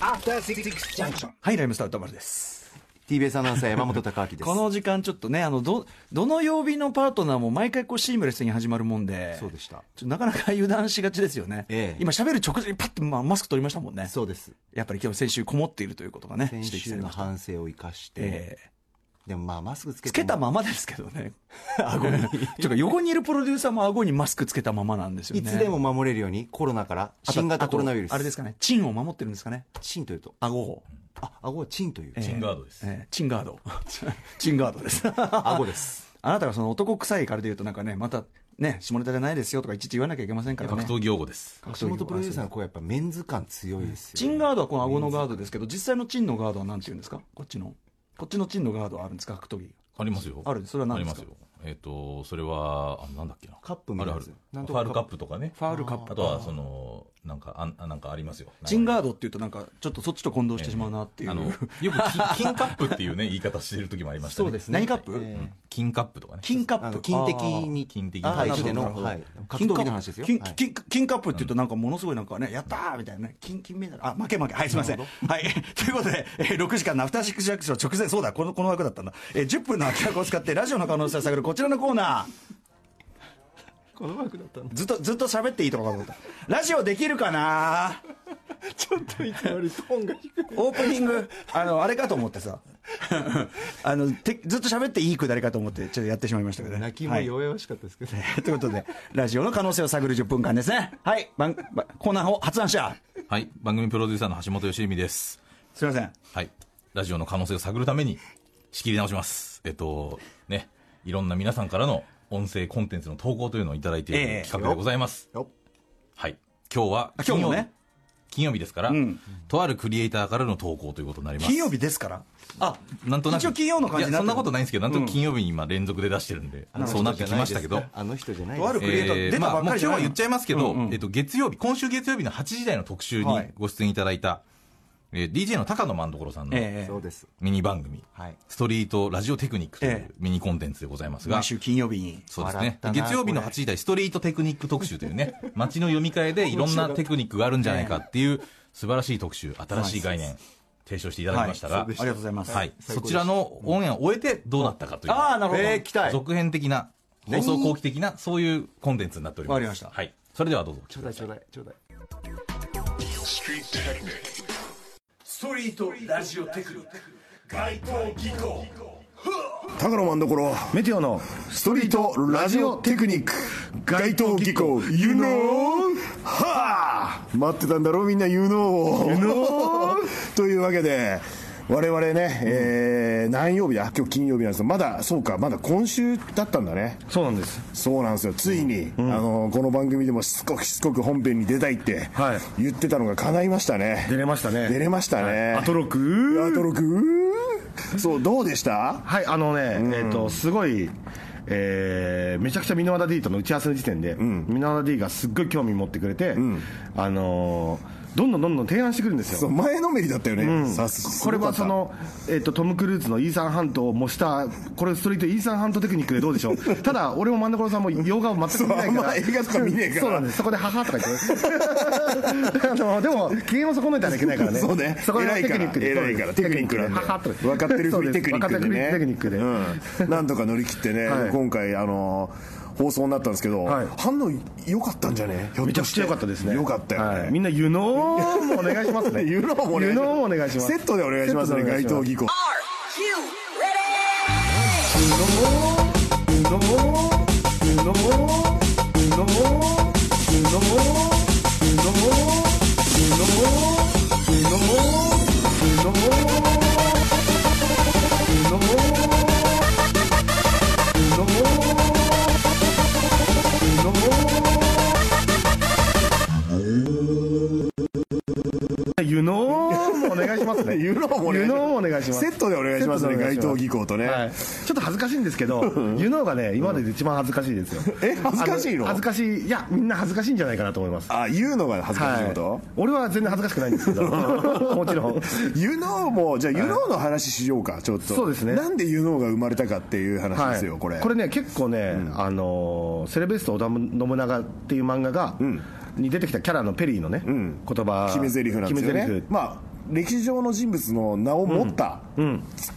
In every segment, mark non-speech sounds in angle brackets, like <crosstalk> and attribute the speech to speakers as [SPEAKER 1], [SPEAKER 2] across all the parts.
[SPEAKER 1] After Six Junction
[SPEAKER 2] はい、ライムスター歌丸です。
[SPEAKER 3] TBS アナウンサー山本貴明です
[SPEAKER 2] この時間ちょっとね、あの、ど、どの曜日のパートナーも毎回こうシームレスに始まるもんで。
[SPEAKER 3] そうでした
[SPEAKER 2] ちょなかなか油断しがちですよね。
[SPEAKER 3] ええ
[SPEAKER 2] 今喋る直前にパッと、まあ、マスク取りましたもんね。
[SPEAKER 3] そうです
[SPEAKER 2] やっぱり今日先週こもっているということがね、
[SPEAKER 3] 先
[SPEAKER 2] 指摘さ
[SPEAKER 3] 週
[SPEAKER 2] れ
[SPEAKER 3] の
[SPEAKER 2] ました。
[SPEAKER 3] 反省を生かして、
[SPEAKER 2] ええ
[SPEAKER 3] でもまあマスクつけ
[SPEAKER 2] つ
[SPEAKER 3] て
[SPEAKER 2] け
[SPEAKER 3] も
[SPEAKER 2] たままですけど
[SPEAKER 3] <laughs>
[SPEAKER 2] ね。顎 <laughs> に。というか横にいるプロデューサーも顎にマスクつけたままなんですよね。
[SPEAKER 3] いつでも守れるようにコロナから
[SPEAKER 2] あと
[SPEAKER 3] 新型コロナウイルス
[SPEAKER 2] あとあれですかね、チンを守ってるんですかね。
[SPEAKER 3] チンというと
[SPEAKER 2] 顎を。
[SPEAKER 3] あ顎はチンという、
[SPEAKER 4] チンガードです。
[SPEAKER 2] ええチンガード。 <laughs> チンガードです。
[SPEAKER 3] 顎です
[SPEAKER 2] あなたがその男臭いからで言うとなんかね、またね、下ネタじゃないですよとかいちいち言わなきゃいけませんから
[SPEAKER 4] 格
[SPEAKER 2] ね。
[SPEAKER 4] 闘技用語です。
[SPEAKER 2] 格闘技
[SPEAKER 3] 橋本プロデューサーの声やっぱメンズ感強いですよ、ね、
[SPEAKER 2] チンガードはこの顎のガードですけど、実際のチンのガードはなんて言うんですかこっちの。こっちのチンのガードはあるんですか格闘技。
[SPEAKER 4] ありますよ。
[SPEAKER 2] あるそれは何
[SPEAKER 4] あり
[SPEAKER 2] で
[SPEAKER 4] ますす
[SPEAKER 2] か
[SPEAKER 4] よ。えっと、それは、あなんだっけな。
[SPEAKER 3] カップみた
[SPEAKER 4] あ
[SPEAKER 3] いな
[SPEAKER 4] るあ
[SPEAKER 3] やつな
[SPEAKER 4] る。ファ
[SPEAKER 3] んとか
[SPEAKER 4] ールカップとかね。
[SPEAKER 3] ファールカップ
[SPEAKER 4] あとは、その、なんか、あんあなんかありますよ。
[SPEAKER 2] チンガードっていうとなんかちょっとそっちと混同してしまうなっていう。
[SPEAKER 4] あの、よく金金カップっていうね、言い方してる時もありましたね。
[SPEAKER 3] そうですね
[SPEAKER 2] 何カップ、
[SPEAKER 3] ええ
[SPEAKER 4] 金カップとかね。
[SPEAKER 2] 金カッ
[SPEAKER 3] あ
[SPEAKER 2] プ
[SPEAKER 3] の金的に
[SPEAKER 4] 金的に
[SPEAKER 3] 対
[SPEAKER 4] あ
[SPEAKER 3] して
[SPEAKER 2] なるほ
[SPEAKER 3] の、
[SPEAKER 2] ど
[SPEAKER 3] はい、格闘技の話ですよ
[SPEAKER 2] 金
[SPEAKER 3] はい
[SPEAKER 2] 金金カップって言うとなんかものすごいなんかね、やったーみたいなね、金金メダル。あ、負け負け。はい、すいません。はい。 <laughs> ということで、えー6時間のアフターシックスジャンクション直前、そうだ、この、この枠だったんだ。えー10分の空き箱を使ってラジオの可能性を探るこちらのコーナー。
[SPEAKER 3] この枠だったの
[SPEAKER 2] ずっと、ずっと喋っていいとこかと思った。ラジオできるかな
[SPEAKER 3] ちょっといつもよりトーンが低い
[SPEAKER 2] オープニング、あの、あれかと思ってさ。 <laughs> あの、てずっと喋っていいくだりかと思って、ちょっとやってしまいましたけどね。
[SPEAKER 3] 泣きも
[SPEAKER 2] はい
[SPEAKER 3] 弱々しかったですけど、
[SPEAKER 2] <laughs> ということで、ラジオの可能性を探る10分間ですね。はい、番番コーナーを発案者、
[SPEAKER 4] はい。番組プロデューサーの橋本義美です。
[SPEAKER 2] すみません。
[SPEAKER 4] はい。ラジオの可能性を探るために、仕切り直します。えっと、ね、いろんな皆さんからの音声コンテンツの投稿というのをいただいてい
[SPEAKER 2] ええ
[SPEAKER 4] る企画でございます。
[SPEAKER 3] よ
[SPEAKER 4] はい。今日は
[SPEAKER 2] あ今
[SPEAKER 4] 金
[SPEAKER 2] 日
[SPEAKER 4] 曜
[SPEAKER 2] も
[SPEAKER 4] 日、
[SPEAKER 2] ね、
[SPEAKER 4] 金曜日ですから、
[SPEAKER 2] ん
[SPEAKER 4] とあるクリエイターからの投稿ということになります。
[SPEAKER 2] 金曜日ですから。あ、
[SPEAKER 4] なんとなく
[SPEAKER 2] 一応金曜の感じに
[SPEAKER 4] い
[SPEAKER 2] な
[SPEAKER 4] や
[SPEAKER 2] ってる
[SPEAKER 4] そんなことないんですけど、なんとなく金曜日に今連続で出してるんで、そうなってきましたけど。
[SPEAKER 3] あの人じゃない
[SPEAKER 2] とあるクリエイター出たばっかりじゃ
[SPEAKER 4] まあ、
[SPEAKER 2] な
[SPEAKER 4] もう今日はい言っちゃいますけど、
[SPEAKER 2] うんうん
[SPEAKER 4] えっと、月曜日、今週月曜日の8時台の特集に
[SPEAKER 2] はい
[SPEAKER 4] ご出演いただいた、えー DJ の高野万所さんの
[SPEAKER 2] ええ
[SPEAKER 3] そうです
[SPEAKER 4] ミニ番組、
[SPEAKER 3] はい
[SPEAKER 4] ストリートラジオテクニックとい
[SPEAKER 2] え
[SPEAKER 4] うミニコンテンツでございますが、
[SPEAKER 2] 毎週金曜日に。
[SPEAKER 4] そうです
[SPEAKER 3] 笑
[SPEAKER 4] ね
[SPEAKER 3] っ。たな
[SPEAKER 4] 月曜日の
[SPEAKER 3] これ
[SPEAKER 4] 8時台、ストリートテクニック特集という
[SPEAKER 2] <laughs>
[SPEAKER 4] ね、街の読み替えでいろんなテクニックがあるんじゃないかっていう <laughs> 素晴らしい特集、新しい概念、提唱していただきました
[SPEAKER 2] はい
[SPEAKER 4] が、
[SPEAKER 2] そうでしたありがとうございます
[SPEAKER 4] はい。そちらのオンエアを終えてどうなったかという。
[SPEAKER 2] ああ、なるほど。
[SPEAKER 3] えー、来たい
[SPEAKER 4] 続編的な、放送後期的な、そういうコンテンツになっております。
[SPEAKER 2] わかりました
[SPEAKER 4] はい。それではどうぞ。
[SPEAKER 3] ちょうだいちょうだいちょうだい
[SPEAKER 5] 高野万所メテオのストリートラジオテクニック街頭技巧 You know はあ待ってたんだろみんな You know <laughs> というわけで我々ね、えー、何曜日だ今日金曜日なんですけどまだそうかまだ今週だったんだね
[SPEAKER 6] そうなんです
[SPEAKER 5] そうなんですよついに、あのこの番組でもしつこくしつこく本編に出たいって
[SPEAKER 6] はい
[SPEAKER 5] 言ってたのが叶いましたね
[SPEAKER 6] 出れましたね
[SPEAKER 5] 出れましたね、
[SPEAKER 6] アトロ
[SPEAKER 5] アト
[SPEAKER 6] ク
[SPEAKER 5] ロクうーそうどうでした
[SPEAKER 6] はいあのね、えっ、とすごいえーめちゃくちゃミノワダ D との打ち合わせの時点で、ミノワダ D がすっごい興味持ってくれて、あのーどんどんどんどん提案してくるんです
[SPEAKER 5] そう
[SPEAKER 6] よ
[SPEAKER 5] 前のめりだったよね、さす
[SPEAKER 6] これは
[SPEAKER 5] す
[SPEAKER 6] そ
[SPEAKER 5] ごかっ
[SPEAKER 6] の、えっとトム・クルーズのイーサン・ハントを模したこれストリートイーサン・ハントテクニックでどうでし
[SPEAKER 5] <laughs>
[SPEAKER 6] ょうただ俺も真ん中さんも洋画を全く見な
[SPEAKER 5] そうあ
[SPEAKER 6] いから
[SPEAKER 5] んま映画とか見ねえから
[SPEAKER 6] そうなんですそこで「はは」とか言って
[SPEAKER 5] <laughs>
[SPEAKER 6] あのでも機嫌を損ねたらいけない <laughs> からね
[SPEAKER 5] そうね
[SPEAKER 6] こら辺はテクニックで
[SPEAKER 5] 偉いから
[SPEAKER 6] そうで
[SPEAKER 5] 偉いからテク
[SPEAKER 6] す
[SPEAKER 5] ニックなんだよ
[SPEAKER 6] ははとか言
[SPEAKER 5] 分かってる
[SPEAKER 6] そう
[SPEAKER 5] ふり
[SPEAKER 6] です
[SPEAKER 5] テクニックでね
[SPEAKER 6] 分かってるふりテクニックで、
[SPEAKER 5] たうん、なんとか乗り切ってね、
[SPEAKER 6] <laughs> はい
[SPEAKER 5] 今回あの放送になったんですけど、
[SPEAKER 6] はい
[SPEAKER 5] 反応良かったんじゃねひょっ
[SPEAKER 6] めち
[SPEAKER 5] と
[SPEAKER 6] ゃく
[SPEAKER 5] し
[SPEAKER 6] ち
[SPEAKER 5] て
[SPEAKER 6] ゃ良かったですね
[SPEAKER 5] 良かったよね、
[SPEAKER 6] はいみんな「湯のもお願いしま
[SPEAKER 5] <laughs>
[SPEAKER 6] すね
[SPEAKER 5] ユノーもお願いします
[SPEAKER 6] 湯のもお願いします
[SPEAKER 5] セットでお願いしますね
[SPEAKER 6] セットでお願い
[SPEAKER 5] 街
[SPEAKER 6] します
[SPEAKER 5] 頭技巧
[SPEAKER 7] You ready?
[SPEAKER 6] 湯のもお願いしますね
[SPEAKER 5] ユノーもお願いします
[SPEAKER 6] 湯のもお願いします
[SPEAKER 5] セットでお願いしますね
[SPEAKER 6] セットでお願い
[SPEAKER 5] 街
[SPEAKER 6] します
[SPEAKER 5] 頭技巧とね、
[SPEAKER 6] はい、ちょっと恥ずかしいんですけど、ユノがね、今までで一番恥ずかしいですよ。
[SPEAKER 5] え恥ずかしいの
[SPEAKER 6] あ恥ずかしい、いや、みんな恥ずかしいんじゃないかなと思います。
[SPEAKER 5] あ言うのが恥ずかしいこと、
[SPEAKER 6] はい俺は全然恥ずかしくないんですけ
[SPEAKER 5] <laughs>
[SPEAKER 6] ど、もちろん。
[SPEAKER 5] ユノーもじゃあユノーの話しようかちょっと
[SPEAKER 6] そうですね
[SPEAKER 5] なんでユノーが生まれたかっていう話ですよ、
[SPEAKER 6] はい
[SPEAKER 5] これ
[SPEAKER 6] これね結構ね、あのーセレベスト織田信長っていう漫画が、に出てきたキャラのペリーのね、言葉
[SPEAKER 5] 決め台詞なんですよ
[SPEAKER 6] 決め
[SPEAKER 5] ね
[SPEAKER 6] 台詞
[SPEAKER 5] まあ歴史上の人物の名を持った、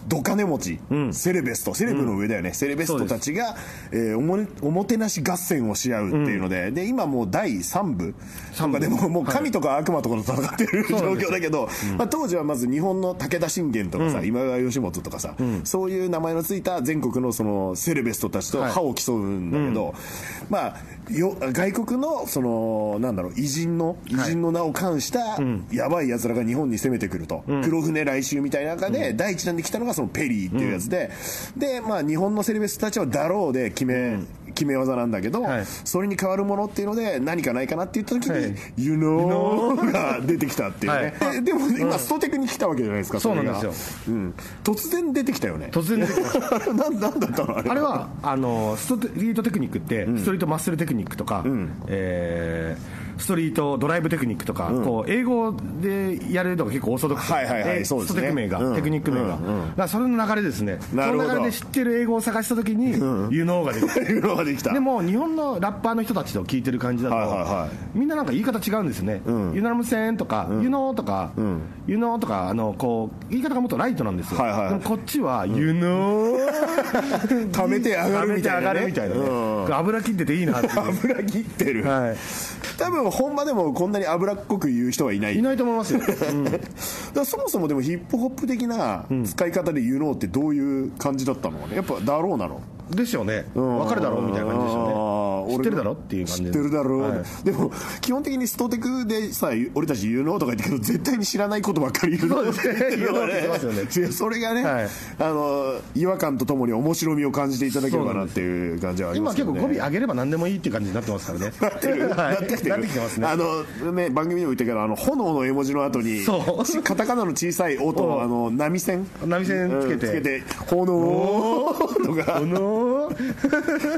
[SPEAKER 5] ドカネ持ち、セレベストセレブの上だよね、セレベストたちが、えーおもねおもてなし合戦をし合うっていうので、で今もう第3部とかでももう神とか悪魔とかと戦ってる状況だけど、まあ、当時はまず日本の武田信玄とかさ、今川義元とかさ、そういう名前のついた全国のそのセレベストたちと歯を競うんだけど、まあよ外国のそのなんだろう偉人の偉人の名を冠したやばいやつらが日本に攻めてくると、黒船来襲みたいな中で第一弾で来たのがそのペリーっていうやつで、でまあ日本のセレベストたちはだろうで決め、決め技なんだけど、
[SPEAKER 6] はい
[SPEAKER 5] それに変わるものっていうので何かないかなって言った時に「
[SPEAKER 6] はい
[SPEAKER 5] You know」が出てきたっていう
[SPEAKER 6] <laughs>
[SPEAKER 5] ね、
[SPEAKER 6] は
[SPEAKER 5] ででも今ストテクに来たわけじゃないですか
[SPEAKER 6] そうなん
[SPEAKER 5] れが
[SPEAKER 6] です
[SPEAKER 5] うん突然出てきたよね
[SPEAKER 6] 突然出てき
[SPEAKER 5] <laughs>
[SPEAKER 6] た
[SPEAKER 5] なんなんだったのあれ
[SPEAKER 6] あれはあのストリートテクニックって、ストリートマッスルテクニックとか、えーストリートドライブテクニックとか、こう英語でやれるのが結構オーソドックスで、
[SPEAKER 5] はいはいはい
[SPEAKER 6] えー
[SPEAKER 5] そうですね
[SPEAKER 6] ストテク名が、
[SPEAKER 5] うん
[SPEAKER 6] テクニック名が、
[SPEAKER 5] うん
[SPEAKER 6] だからそれの流れですね
[SPEAKER 5] なるほど
[SPEAKER 6] その流れで知ってる英語を探した時に「You know」が出てきた
[SPEAKER 5] You know ができた
[SPEAKER 6] でも日本のラッパーの人たちと聞いてる感じだと、
[SPEAKER 5] はいはいは
[SPEAKER 6] みんななんか言い方違うんですよね、ユナラム戦とか、ユノーとか、ユノーとかあのこう、言い方がもっとライトなんですよ、
[SPEAKER 5] はいはい
[SPEAKER 6] でもこっちは、ユノー、
[SPEAKER 5] 溜めて上がるみたいなね
[SPEAKER 6] 溜めて上がるみたいなね、
[SPEAKER 5] うん
[SPEAKER 6] これ油切ってていいなっていう、
[SPEAKER 5] <laughs> 油切ってる、
[SPEAKER 6] は
[SPEAKER 5] 多分本場でもこんなに脂っこく言う人はいない <laughs>
[SPEAKER 6] い、いないと思いますよ、うん
[SPEAKER 5] だからそもそもでもヒップホップ的な使い方で言うのってどういう感じだったのかねやっぱだろうなの
[SPEAKER 6] ですよね、わかるだろうみたいな感じです
[SPEAKER 5] あ
[SPEAKER 6] よ
[SPEAKER 5] ー
[SPEAKER 6] ね、知っ
[SPEAKER 5] 俺
[SPEAKER 6] てるだろっていう感じ
[SPEAKER 5] 知
[SPEAKER 6] で
[SPEAKER 5] ってるだろう、
[SPEAKER 6] はい
[SPEAKER 5] でも基本的にストテクでさ俺たち言うのとか言ってけど絶対に知らないことばっかり言うの
[SPEAKER 6] そうですね
[SPEAKER 5] 言うのね
[SPEAKER 6] 言うのって言ってま
[SPEAKER 5] <laughs>
[SPEAKER 6] す
[SPEAKER 5] それがね、
[SPEAKER 6] はい
[SPEAKER 5] あの違和感とともに面白みを感じていただければなっていう感じはありま
[SPEAKER 6] 今
[SPEAKER 5] すけ
[SPEAKER 6] 結
[SPEAKER 5] ど、
[SPEAKER 6] 構
[SPEAKER 5] ね、
[SPEAKER 6] 語尾上げれば何でもいいっていう感じになってますからね。
[SPEAKER 5] なってる、
[SPEAKER 6] はい
[SPEAKER 5] <laughs> なってきてる
[SPEAKER 6] なってきてますね。
[SPEAKER 5] あのね番組でも言ったけどあの炎の絵文字の後に
[SPEAKER 6] そう
[SPEAKER 5] ちカタカナの小さい「音
[SPEAKER 6] うん
[SPEAKER 5] とあの波線
[SPEAKER 6] 波線つ
[SPEAKER 5] う
[SPEAKER 6] けて
[SPEAKER 5] んつけて「炎」とか
[SPEAKER 6] あのー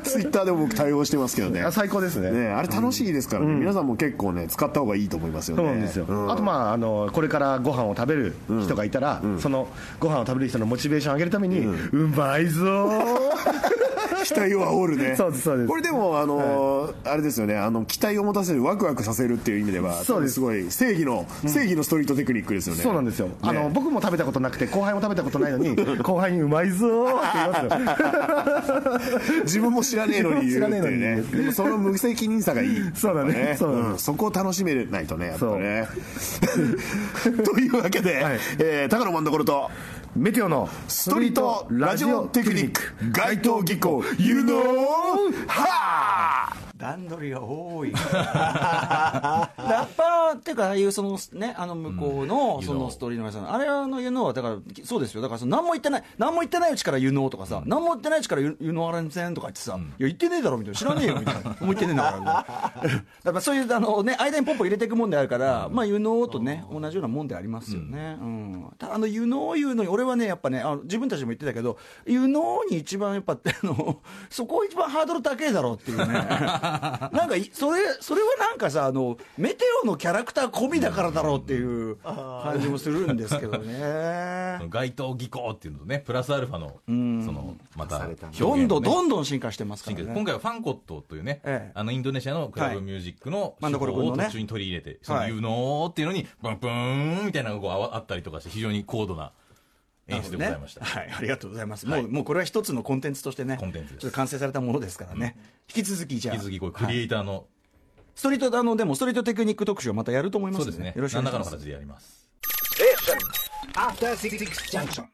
[SPEAKER 5] ツイッターでも僕対応してますけどね
[SPEAKER 6] あ最高ですね
[SPEAKER 5] ねあれ楽しいですからね、皆さんも結構ね使った方がいいと思いますよね
[SPEAKER 6] そうなんですよ、
[SPEAKER 5] うん
[SPEAKER 6] あと、まあ、あのこれからご飯を食べる人がいたら、そのご飯を食べる人のモチベーションを上げるために、うまいぞー
[SPEAKER 5] 期待を煽るね
[SPEAKER 6] <laughs> そうですそうです
[SPEAKER 5] これでもあのーあれですよねあの期待を持たせるワクワクさせるっていう意味では
[SPEAKER 6] そうです
[SPEAKER 5] 多分すごい正義の、正義のストリートテクニックですよね
[SPEAKER 6] そうなんですよ、あの僕も食べたことなくて、後輩も食べたことないの
[SPEAKER 5] <laughs>
[SPEAKER 6] に、後輩にうまいぞーって言いますよ、
[SPEAKER 5] <laughs> 自分も知らねえのに言うっていうね
[SPEAKER 6] 知らねえのに
[SPEAKER 5] でもその無責任さがいい
[SPEAKER 6] そうだね
[SPEAKER 5] やっぱ
[SPEAKER 6] そうだね
[SPEAKER 5] んそこを楽しめないとねやっぱね <laughs> というわけで、えー高野マンドコルと
[SPEAKER 6] メテオのス
[SPEAKER 5] ストリートラジオテクニック街頭技巧 You know はあ
[SPEAKER 2] 段取りが多い <laughs> ラッパーっていうかああいうそのねあの向こうの
[SPEAKER 4] うん
[SPEAKER 2] そのストーリーの皆さんあれあの言うのはだからそうですよだからその何も言ってない何も言ってないうちから言うのとかさ何も言ってないうちから言う言うのあれんせんとか言ってさいや言ってねえだろみたいな知らねえよみたいなもう言ってねえんだからみたいな <laughs> だからそういうあのね間にポンポン入れていくもんであるからまあ言うのとね同じようなもんでありますよねうんただあの言うのを言うのに俺はねやっぱねあの自分たちも言ってたけど言うのに一番やっぱあの <laughs> そこ一番ハードル高いだろうって
[SPEAKER 4] <laughs>
[SPEAKER 2] いうねなんかいそれそれはなんかさあのメテオのキャラクター込みだからだろうっていう感じもするんですけどね
[SPEAKER 4] その街頭技巧っていうのとねプラスアルファのそのまた <laughs> 表現
[SPEAKER 2] どんどんど
[SPEAKER 4] ん
[SPEAKER 2] んどん進化してますからね
[SPEAKER 4] 今回はファンコットというね、
[SPEAKER 2] ええ
[SPEAKER 4] あのインドネシアのクラブミュージックの
[SPEAKER 2] はい
[SPEAKER 4] 手法
[SPEAKER 2] マンダコロ君の
[SPEAKER 4] を
[SPEAKER 2] ね
[SPEAKER 4] 途中に取り入れて、その
[SPEAKER 2] はい
[SPEAKER 4] 有能っていうのに、ブンブーンみたいなのがこうあわあったりとかして、非常に高度な演出でございました。
[SPEAKER 2] なるほどねはい、ありがとうございます、もうもうこれは一つのコンテンツとしてね
[SPEAKER 4] コンテンツです
[SPEAKER 2] ちょっと完成されたものですからね、引き続きじゃあ
[SPEAKER 4] 引き続きこうクリエイターの、
[SPEAKER 2] ストリートあのでもストリートテクニック特集をまたやると思いま
[SPEAKER 4] そう
[SPEAKER 2] す
[SPEAKER 4] で
[SPEAKER 2] の
[SPEAKER 4] す
[SPEAKER 2] で
[SPEAKER 4] ね
[SPEAKER 2] よろしくお
[SPEAKER 4] 何
[SPEAKER 2] 願
[SPEAKER 4] ら
[SPEAKER 2] い
[SPEAKER 4] か
[SPEAKER 2] し
[SPEAKER 4] の
[SPEAKER 2] ます
[SPEAKER 4] 形でやります
[SPEAKER 7] After 66 junction.